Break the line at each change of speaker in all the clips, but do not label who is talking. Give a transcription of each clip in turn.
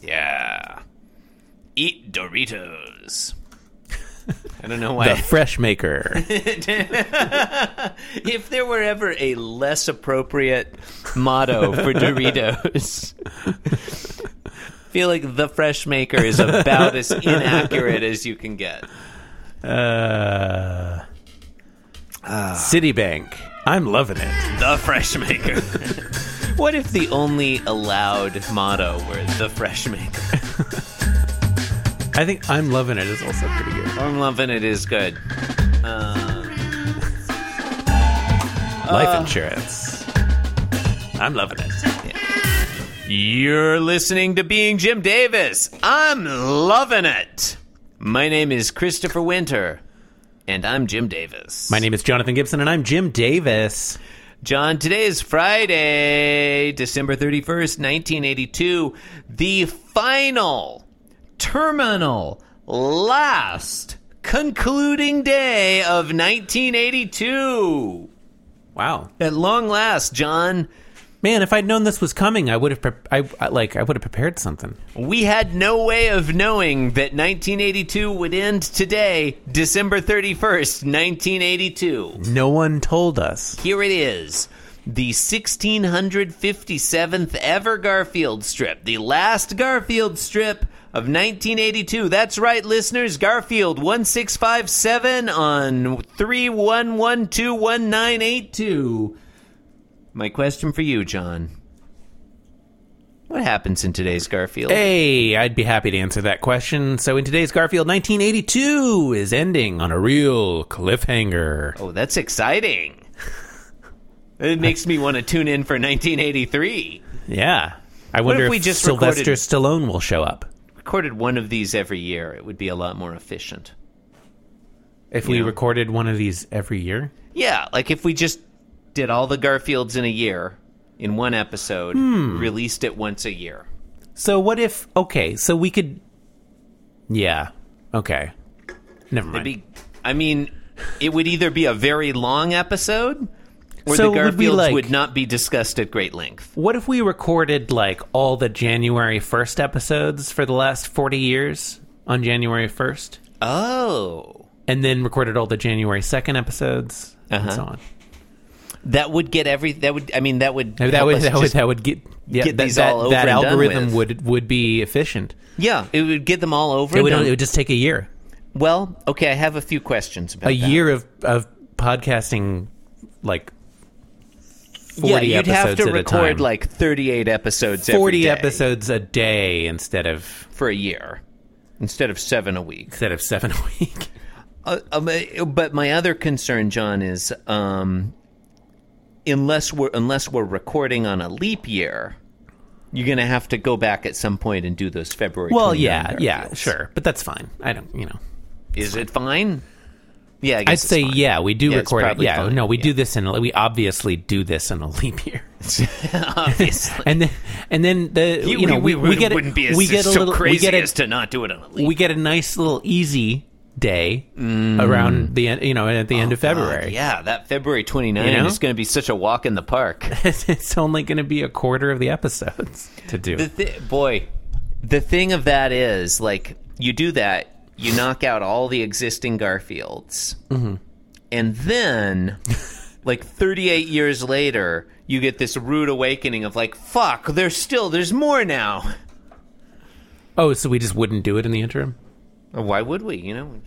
Yeah. Eat Doritos. I don't know
The
why.
fresh maker.
if there were ever a less appropriate motto for Doritos, I feel like the fresh maker is about as inaccurate as you can get.
Uh, Citibank. I'm loving it.
The fresh maker. what if the only allowed motto were the fresh maker?
I think I'm loving it is also pretty good.
I'm loving it is good.
Life insurance. I'm loving it.
You're listening to Being Jim Davis. I'm loving it. My name is Christopher Winter, and I'm Jim Davis.
My name is Jonathan Gibson, and I'm Jim Davis.
John, today is Friday, December 31st, 1982. The final, terminal, last, concluding day of 1982.
Wow,
At long last, John,
man! If I'd known this was coming, I would have. Pre- I, I like. I would have prepared something.
we had no way of knowing that 1982 would end today, December 31st, 1982.
No one told us.
Here it is. The 1657th ever Garfield strip. The last Garfield strip of 1982. That's right, listeners. Garfield 1657 on 31121982. My question for you, John. What happens in today's Garfield?
Hey, I'd be happy to answer that question. So, in today's Garfield, 1982 is ending on a real cliffhanger.
Oh, that's exciting. It makes me want to tune in for 1983.
Yeah, I wonder
if
if,
we just
Sylvester
recorded-
Stallone will show up.
Recorded one of these every year, it would be a lot more efficient.
If we
Yeah.
recorded one of these every year,
Yeah, like if we just did all the Garfields in a year in one episode,
Hmm.
released it once a year.
So what if? Okay, so we could. Yeah. Okay. Never mind.
Be, I mean, it would either be a very long episode or
So
the
would we,
Garfields would,
like-
not be discussed at great length.
what if we recorded like all the January first episodes for the last forty years on January first,
Oh.
and then recorded all the January second episodes and
Uh-huh.
so on?
That would get every that would I mean that would
That
help
would
us
that would
just-
that would get yeah,
get
that,
these
that,
all over
that
and done
algorithm
with.
would would be efficient.
Yeah, it would get them all over.
It
and
would
done.
it would just take a year,
well, okay, I have a few questions about
a
that.
year of of podcasting, like. 40
Yeah, you'd
episodes
have to
at a
record
time.
like 38 episodes every
40
day
episodes a day instead of
for a year instead of 7 a week.
instead of seven a week.
Uh, um, uh, but my other concern, John, is um, unless we're unless we're recording on a leap year, you're going to have to go back at some point and do those February.
Well,
29
yeah, yeah,
Garfields.
sure, but that's fine. I don't, you know.
Is it fine? Yeah, I guess
I'd
it's
say
fine.
yeah, we do
Yeah, it's
record. It.
probably
Yeah,
fine,
no, we
yeah.
do this in. a- We obviously do this in a leap year,
Obviously,
and then and then the you, know we, we,
wouldn't-
get a-
wouldn't be as,
we get a
so
little
crazy
we get a,
as to not do it on a leap.
we get a nice little easy day around the end. You know, at the end of February.
Mm. Oh, Uh, yeah, that February 29
You know?
is going to be such a walk in the park.
it's only going to be a quarter of the episodes to do.
The thi- boy, the thing of that is, like, you do that, you knock out all the existing Garfields, and then, like, 38 years later, you get this rude awakening of like, fuck, there's still, there's more now.
oh, so we just wouldn't do it in the interim.
Why would we? You know.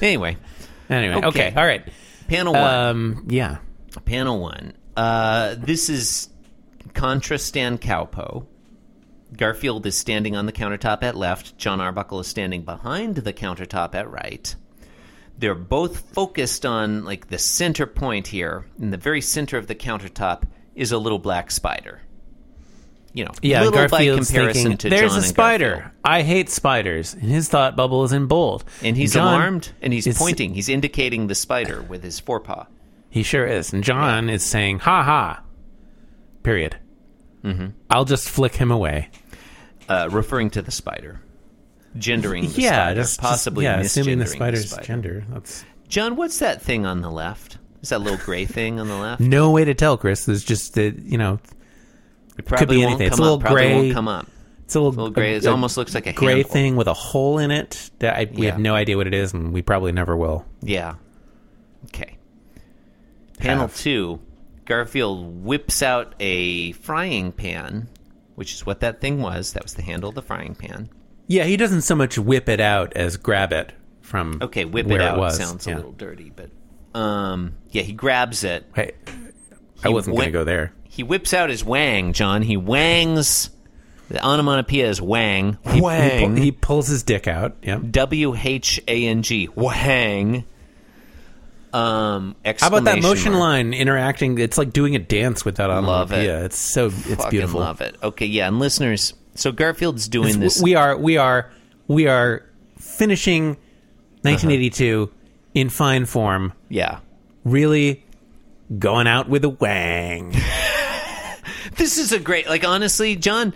Anyway,
Anyway, okay,
Okay.
all right.
panel one.
Um, yeah.
panel one. Uh, this is Contra Stan Cowpo. Garfield is standing on the countertop at left. John Arbuckle is standing behind the countertop at right. They're both focused on like the center point here. In the very center of the countertop is a little black spider. You know,
Yeah,
little
Garfield's
by comparison
thinking,
to
"There's
John
a
and
spider.
Garfield."
I hate spiders." And his thought bubble is in bold.
and he's
John
alarmed, and he's
is-
pointing. He's indicating the spider with his forepaw.
He sure is. And John is saying, "Ha ha." Period.
Mm-hmm.
I'll just flick him away.
uh, referring to the spider, gendering the
yeah,
spider,
just just-
possibly
yeah,
misgendering
assuming the
the
spider's
spider.
gender. That's
John, what's that thing on the left? Is that little gray thing on the left?
no way to tell, Chris. There's just the you know
It probably
be
won't
anything.
Come
It's a
up,
little
probably
gray-
Won't come up.
It's a little,
Little gray. It
a- a
almost looks like a
gray
handle.
thing with a hole in it. That I, we have
Yeah.
no idea what it is, and we probably never will.
Yeah. Okay. Panel
Have.
two. Garfield whips out a frying pan, which is what that thing was. That was the handle of the frying pan.
Yeah, he doesn't so much whip it out as grab it from
Okay, whip
where
it out
was.
sounds
Yeah.
a little dirty, but um, yeah, he grabs it.
Hey, I wasn't
whi-
going to go there.
He whips out his wang, John. He wangs. The onomatopoeia is wang. He- he pu-
He, pu- he pulls his dick out. Yeah.
W H A N G. Wang. Um,
How about that motion
line?
line interacting? It's like doing a dance with that
Love
onomatopoeia.
it.
It's so it's
Fucking
beautiful.
love it. Okay, yeah, and listeners, so Garfield's doing
It's-
this.
We are we are we are finishing 1982 in fine form.
yeah,
Really going out with a wang.
this is a great. Like honestly, John,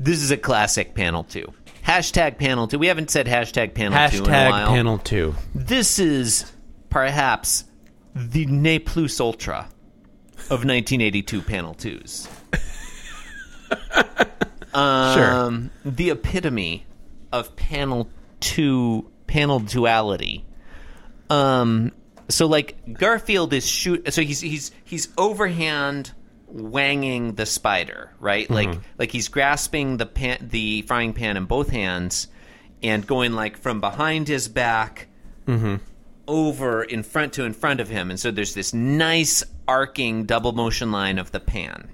this is a classic panel two. Hashtag panel two. We haven't said hashtag panel two in a
Hashtag
while.
panel two.
This is perhaps the ne plus ultra of 1982 panel twos.
sure.
Um, the epitome of panel two panel duality. Um, so like Garfield is shoot. So he's he's he's overhand wanging the spider, right? Like like he's grasping the pan, the frying pan in both hands, and going like from behind his back. Over in front to in front of him, and so there's this nice arcing double motion line of the pan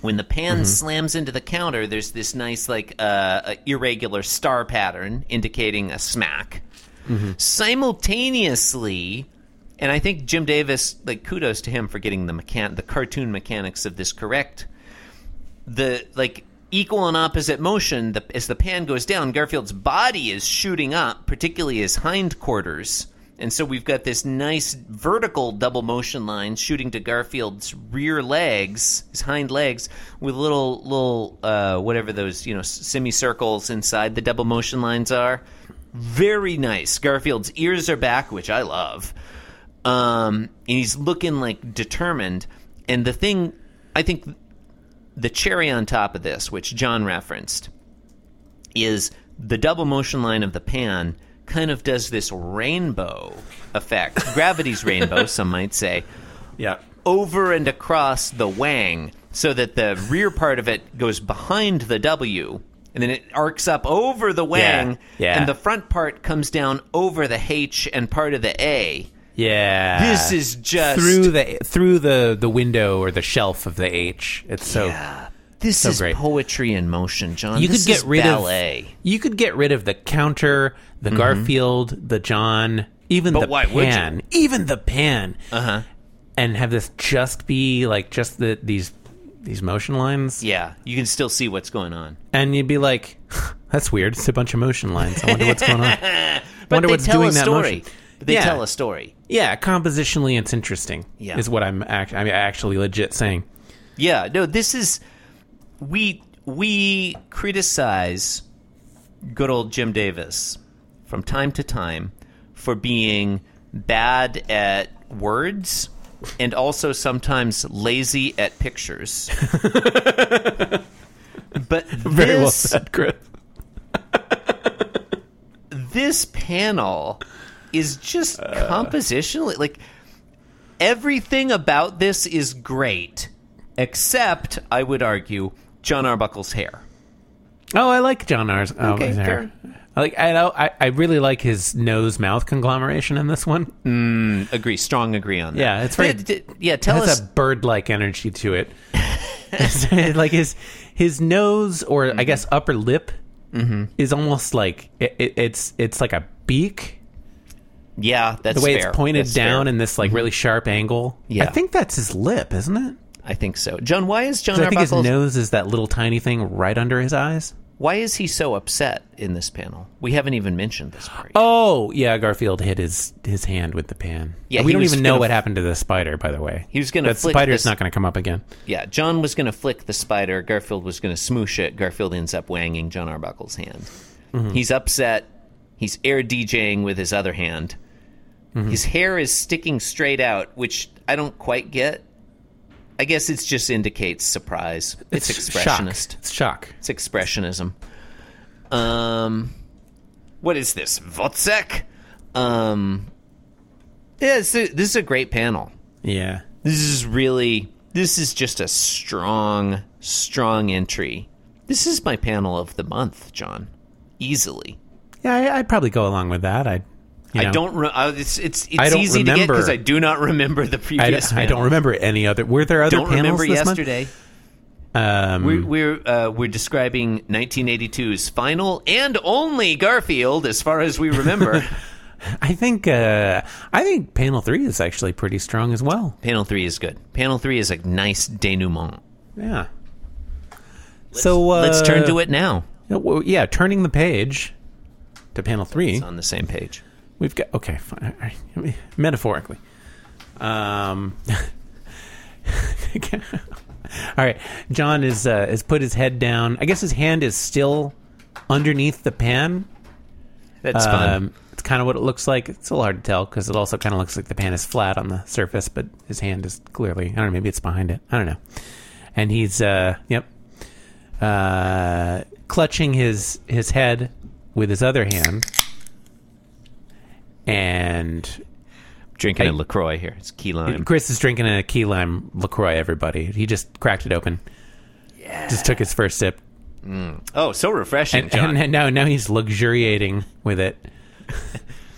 when the pan slams into the counter, there's this nice like uh, uh, irregular star pattern indicating a smack. Simultaneously, and I think Jim Davis, like kudos to him for getting the mechan- the cartoon mechanics of this correct. The like equal and opposite motion the, as the pan goes down, Garfield's body is shooting up, particularly his hindquarters. And so we've got this nice vertical double motion line shooting to Garfield's rear legs, his hind legs, with little little uh, whatever those you know s- semicircles inside the double motion lines are. Very nice. Garfield's ears are back, which I love. Um, and he's looking like determined. And the thing, I think, the cherry on top of this, which John referenced, is the double motion line of the pan kind of does this rainbow effect. Gravity's rainbow, some might say
yeah.
over and across the wang so that the rear part of it goes behind the W and then it arcs up over the wang
yeah.
and the front part comes down over the H and part of the A.
Yeah.
This is just
through the through the the window or the shelf of the H. It's so
Yeah. This is
Oh. great.
poetry in motion, John.
you
This
could get
is
rid
ballet. Mm-hmm.
of you could get rid of the counter, the Garfield, the John, even the
why would you?
pan, even the pan, uh-huh. and have this just be like just the these these motion lines,
Yeah, you can still see what's going on.
and you'd be like, "That's weird. It's a bunch of motion lines. I wonder what's going on. I
But
wonder
they
what's
tell
doing
a
that
story.
motion."
But They
Yeah.
tell a story.
Yeah, compositionally, it's interesting.
Yeah.
is what I'm act- I'm actually legit saying.
Yeah, no, this is we we criticize good old Jim Davis from time to time for being bad at words and also sometimes lazy at pictures. but
Very well
this-
said, Chris.
this panel is just
Uh.
compositionally like everything about this is great except i would argue john arbuckle's hair
Oh, I like John R's. Oh,
Okay,
his hair.
fair.
I like. I, know- I I really like his nose mouth conglomeration in this one.
agree strong agree on that
Yeah, it's very-
D- d- yeah tell
has
us
a bird like energy to it. like his his nose or I guess upper lip is almost like it, it, it's it's like a beak.
yeah that's
The way
fair.
it's pointed
That's
down
fair.
in this like really sharp angle.
Yeah.
I think that's his lip, isn't it?
i think so john why is john
'Cause I think his
arbuckle
nose is that little tiny thing right under his eyes.
why is he so upset in this panel we haven't even mentioned this part yet.
Oh yeah, Garfield hit his his hand with the pan.
Yeah,
we
he
don't
was
even know
gonna-
what happened to the spider. By the way,
He was gonna
that
flick
spider's
this-
not going to come up again.
yeah john was gonna flick the spider garfield was gonna smoosh it garfield ends up wanging john arbuckle's hand he's upset he's air djing with his other hand his hair is sticking straight out which i don't quite get I guess it just indicates surprise. It's, expressionist.
Shock. It's shock.
It's expressionism. Um, what is this? Wozzeck? Um, yeah, it's a- this is a great panel.
Yeah.
This is really, this is just a strong, strong entry. This is my panel of the month, John. Easily.
Yeah, I, I'd probably go along with that. I, you know,
I don't. Re- I, it's it's, it's
I don't
easy to get
remember.
because I do not remember the
I,
previous.
I don't
panel.
remember any other. Were there other
Don't
panels
remember
this month?
yesterday.
Um,
We're we're, uh, we're describing 1982's final and only Garfield, as far as we remember.
I think uh, I think panel three is actually pretty strong as well.
Panel three is good. Panel three is a nice denouement.
Yeah. so uh,
Let's turn to it now.
No, well, yeah, turning the page to panel three.
It's on the same page.
We've got okay, fine. all right, I mean, metaphorically. Um, all right, John is uh, has put his head down. I guess his hand is still underneath the pan.
That's fun.
Um, it's kind of what it looks like. It's a little hard to tell because it also kind of looks like the pan is flat on the surface, but his hand is clearly I don't know. Maybe it's behind it. I don't know. And he's uh, yep, uh, clutching his his head with his other hand, and
Drinking
I-
a Lacroix here. It's key lime.
Chris is drinking a key lime Lacroix. Everybody, he just cracked it open. Yeah. Just took his first sip,
Oh, so refreshing,
and,
John.
and now now he's luxuriating with it.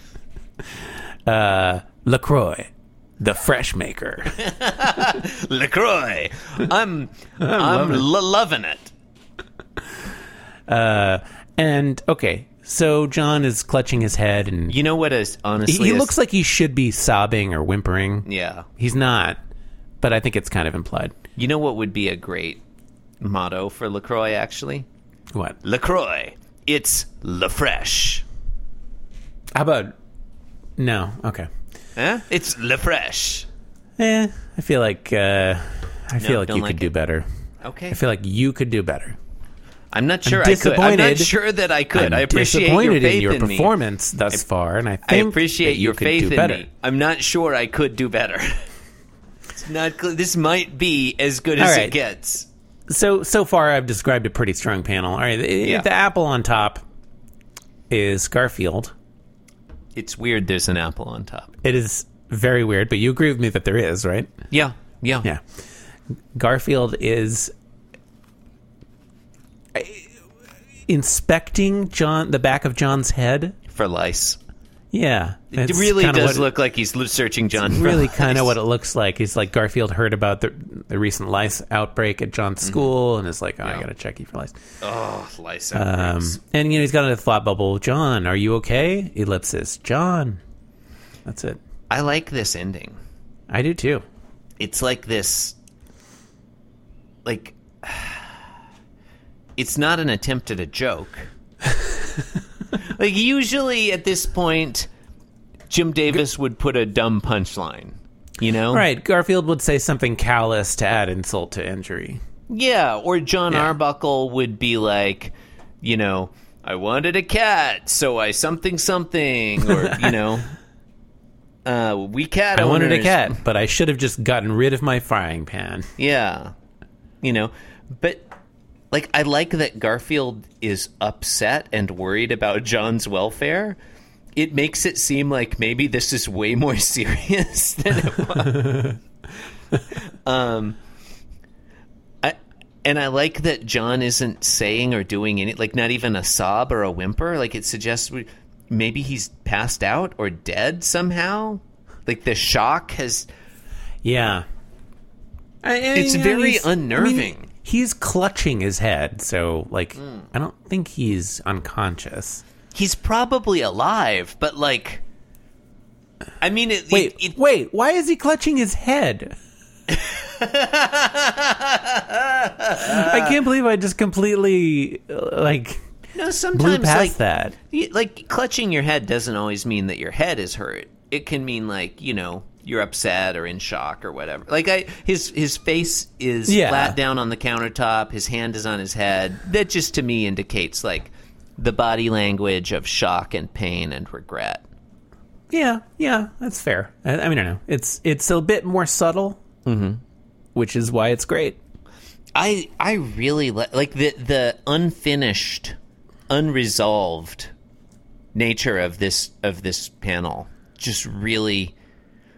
uh, Lacroix, the fresh maker.
Lacroix. I'm I'm lo- loving it.
and okay, so John is clutching his head, and
You know what? Is
he,
honestly,
he
is-
looks like he should be sobbing or whimpering.
yeah.
He's not, but I think it's kind of implied.
You know what would be a great motto for Lacroix? Actually,
What?
Lacroix. It's La Fresh.
How about? No. Okay.
Huh? It's La Fresh.
Eh, I feel like uh, I feel like
don't
you
like
could do
it.
better.
Okay.
I feel like you could do better.
I'm not sure I could. I'm not
disappointed.
sure that I could.
I'm
i appreciate your
disappointed
faith
in your
me.
performance thus far, and I
I
think
appreciate
that you
your
could
faith
do
in
better.
me. I'm not sure I could do better. it's not. Cl- this might be as good as
All right.
it gets.
So so far, I've described a pretty strong panel. All right, the,
Yeah.
the apple on top is Garfield.
It's weird. There's an apple on top.
It is very weird, but you agree with me that there is, right?
Yeah. Yeah.
Yeah. Garfield is uh, inspecting John the back of John's head.
For lice,
Yeah,
it really does look like he's lo- searching John. for
really
lice.
kind of what it looks like. He's like Garfield heard about the, the recent lice outbreak at John's school, and is like, "Oh, I
Mm-hmm. Yeah.
gotta check you for lice."
Oh, lice.
Um,
outbreaks.
and you know, he's got a thought bubble. John, are you okay? Ellipsis. John, that's it.
I like this ending.
I do too.
it's like this like it's not an attempt at a joke like usually at this point jim davis would put a dumb punchline you know
All right, Garfield would say something callous to add insult to injury.
yeah or john
Yeah.
arbuckle would be like you know i wanted a cat so i something something or you know uh we cat
I wanted a
owners-
cat, but I should have just gotten rid of my frying pan.
Yeah. You know, but like I like that Garfield is upset and worried about John's welfare. It makes it seem like maybe this is way more serious than it was. um I and I like that John isn't saying or doing any like not even a sob or a whimper. Like it suggests we, maybe he's passed out or dead somehow. Like the shock has
Yeah. I- I-
It's
yeah,
very
he's- I mean,
unnerving. Mm.
he's clutching his head, so like I don't think he's unconscious.
He's probably alive, but like, I mean, it,
Wait,
it, it-
wait, why is he clutching his head? I can't believe I just completely uh, like
no,
blew
sometimes
past
like
that.
y- like clutching your head doesn't always mean that your head is hurt. It can mean like you know you're upset or in shock or whatever. Like I, his his face is
Yeah.
flat down on the countertop. His hand is on his head. That just to me indicates like the body language of shock and pain and regret. Mm-hmm.
Yeah, yeah, that's fair. I, I mean, I don't know. It's it's a bit more subtle. which is why it's great.
I I really li- like the the unfinished, unresolved nature of this of this panel. Just really,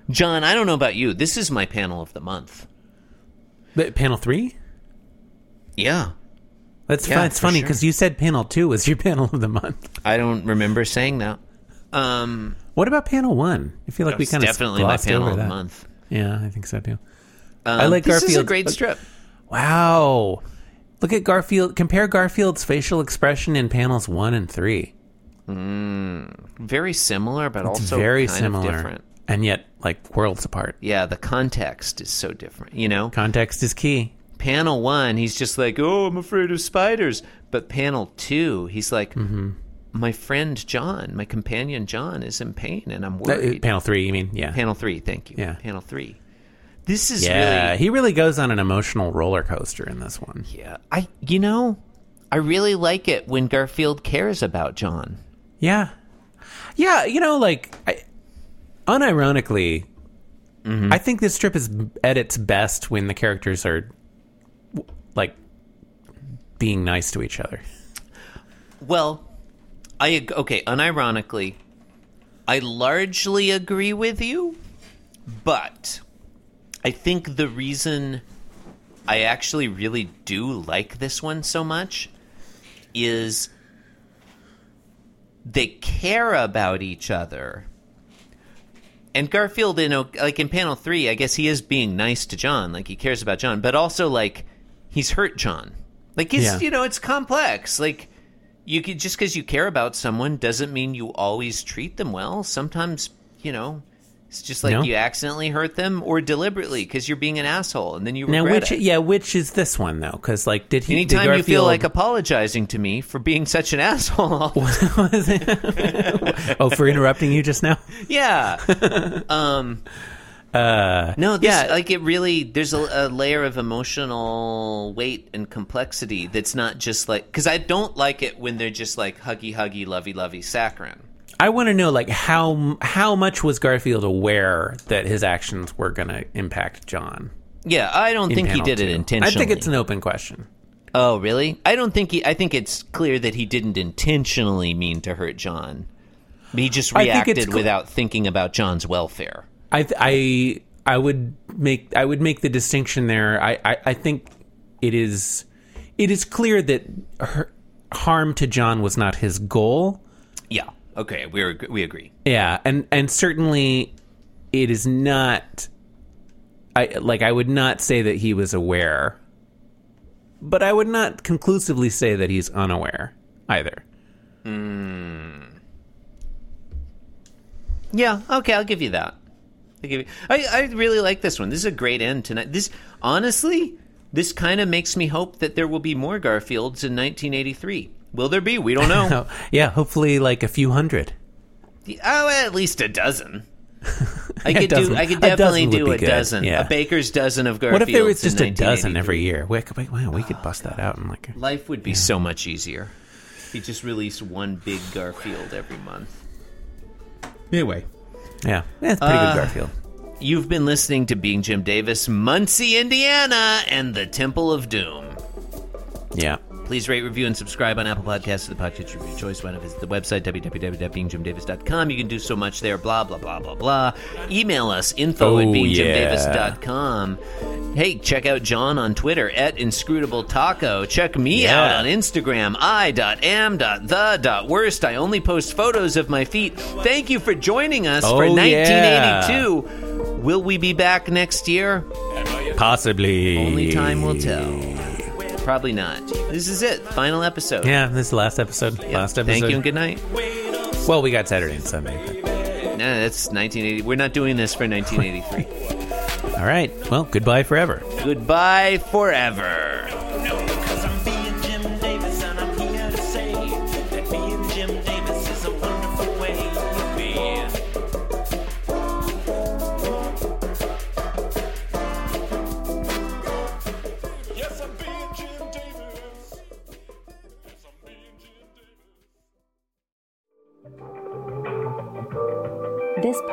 John. I don't know about you. This is my panel of the month.
But panel three?
Yeah,
That's
Yeah,
fun. It's
for
funny
sure.
because you said panel two was your panel of the month.
I don't remember saying that. Um,
What about panel one? I feel like we
it's
kind of
definitely my
glossed
panel
over
of the
that.
month.
Yeah, I think so too.
Um,
I like
this is a
Garfield's-
great strip.
Wow. Look at Garfield. Compare Garfield's facial expression in panels one and three.
Very similar, but
It's
also
very
kind
similar,
Of different.
and yet like worlds apart.
Yeah, the context is so different. You know,
Context is key.
panel one, he's just like, "Oh, I'm afraid of spiders." But panel two, he's like,
Mm-hmm.
"My friend John, my companion John, is in pain, and I'm
Uh,
worried."
panel three, you mean? Yeah.
panel three, thank you.
Yeah.
Panel three. This is
yeah.
really,
He really goes on an emotional roller coaster in this one.
yeah. I, you know, I really like it when Garfield cares about John.
Yeah. Yeah, you know, like, I, unironically,
Mm-hmm.
I think this strip is at its best when the characters are, w- like, being nice to each other.
Well, I ag- okay, unironically, I largely agree with you, but I think the reason I actually really do like this one so much is they care about each other. And Garfield in O- like in panel 3, I guess he is being nice to John, like he cares about John, but also like he's hurt John. Like it's
Yeah.
you know, it's complex. Like you could just because you care about someone doesn't mean you always treat them well. Sometimes, you know, it's just like
No.
you accidentally hurt them or deliberately because you're being an asshole, and then you
Now,
regret
which,
it.
yeah, which is this one, though? Because, like, did he. did
Anytime you feel
Garfield-
like apologizing to me for being such an asshole,
oh, for interrupting you just now?
yeah. Um, no, this,
Uh, yeah.
like it really. There's a, a layer of emotional weight and complexity that's not just like because I don't like it when they're just like huggy huggy lovey lovey saccharine.
I want to know, like, how how much was Garfield aware that his actions were going to impact John?
Yeah, I don't
in
think he
panel
did
two?
it intentionally.
I think it's an open question.
Oh, really? I don't think he. I think it's clear that he didn't intentionally mean to hurt John. He just
I think it's
reacted
cl-
without thinking about John's welfare.
I th- I I would make I would make the distinction there. I, I, I think it is it is clear that her, harm to John was not his goal.
Yeah. Okay. We are, we agree.
Yeah, and and certainly it is not. I like I would not say that he was aware, but I would not conclusively say that he's unaware either.
Yeah. Okay. I'll give you that. I'll give you, I I really like this one. This is a great end tonight. This honestly, this kind of makes me hope that there will be more Garfields in 1983. Will there be? We don't know.
So yeah, hopefully like a few hundred.
oh, at least a dozen. I could do.
dozen-
I could
a dozen
definitely
would
do
be
a
good,
dozen.
yeah.
A baker's dozen of Garfields.
What if there was
in
just a dozen
1983?
every year? Wait, wait, wow, we could bust that out and like. a-
Life would be so much easier. He just released one big Garfield every month.
Anyway. Yeah. That's pretty
Uh,
good, Garfield.
You've been listening to Being Jim Davis, Muncie, Indiana, and the Temple of Doom.
Yeah.
Please rate, review, and subscribe on Apple Podcasts to the podcast of your choice. Why not visit the website, www.beingjimdavis.com. You can do so much there, blah, blah, blah, blah, blah. Email us, info at
Oh,
beingjimdavis.com. Hey, check out John on Twitter, at Inscrutable Taco. Check me
Yeah.
out on Instagram, i.am.the.worst. I only post photos of my feet. Thank you for joining us for
Oh, yeah.
1982. Will we be back next year?
Possibly.
Only time will tell. Probably not. This is it. Final episode.
Yeah, this is the last episode. Last episode.
Thank you and good night.
Well, we got Saturday and Sunday.
No, that's 1980. We're not doing this for 1983.
but- All right. Well, goodbye forever.
Goodbye forever.
Cause I'm being Jim Davis and I'm here to say that being Jim Davis is a wonderful way to be. Yes, I'm being Jim Davis. Yes, I'm being Jim Davis.
This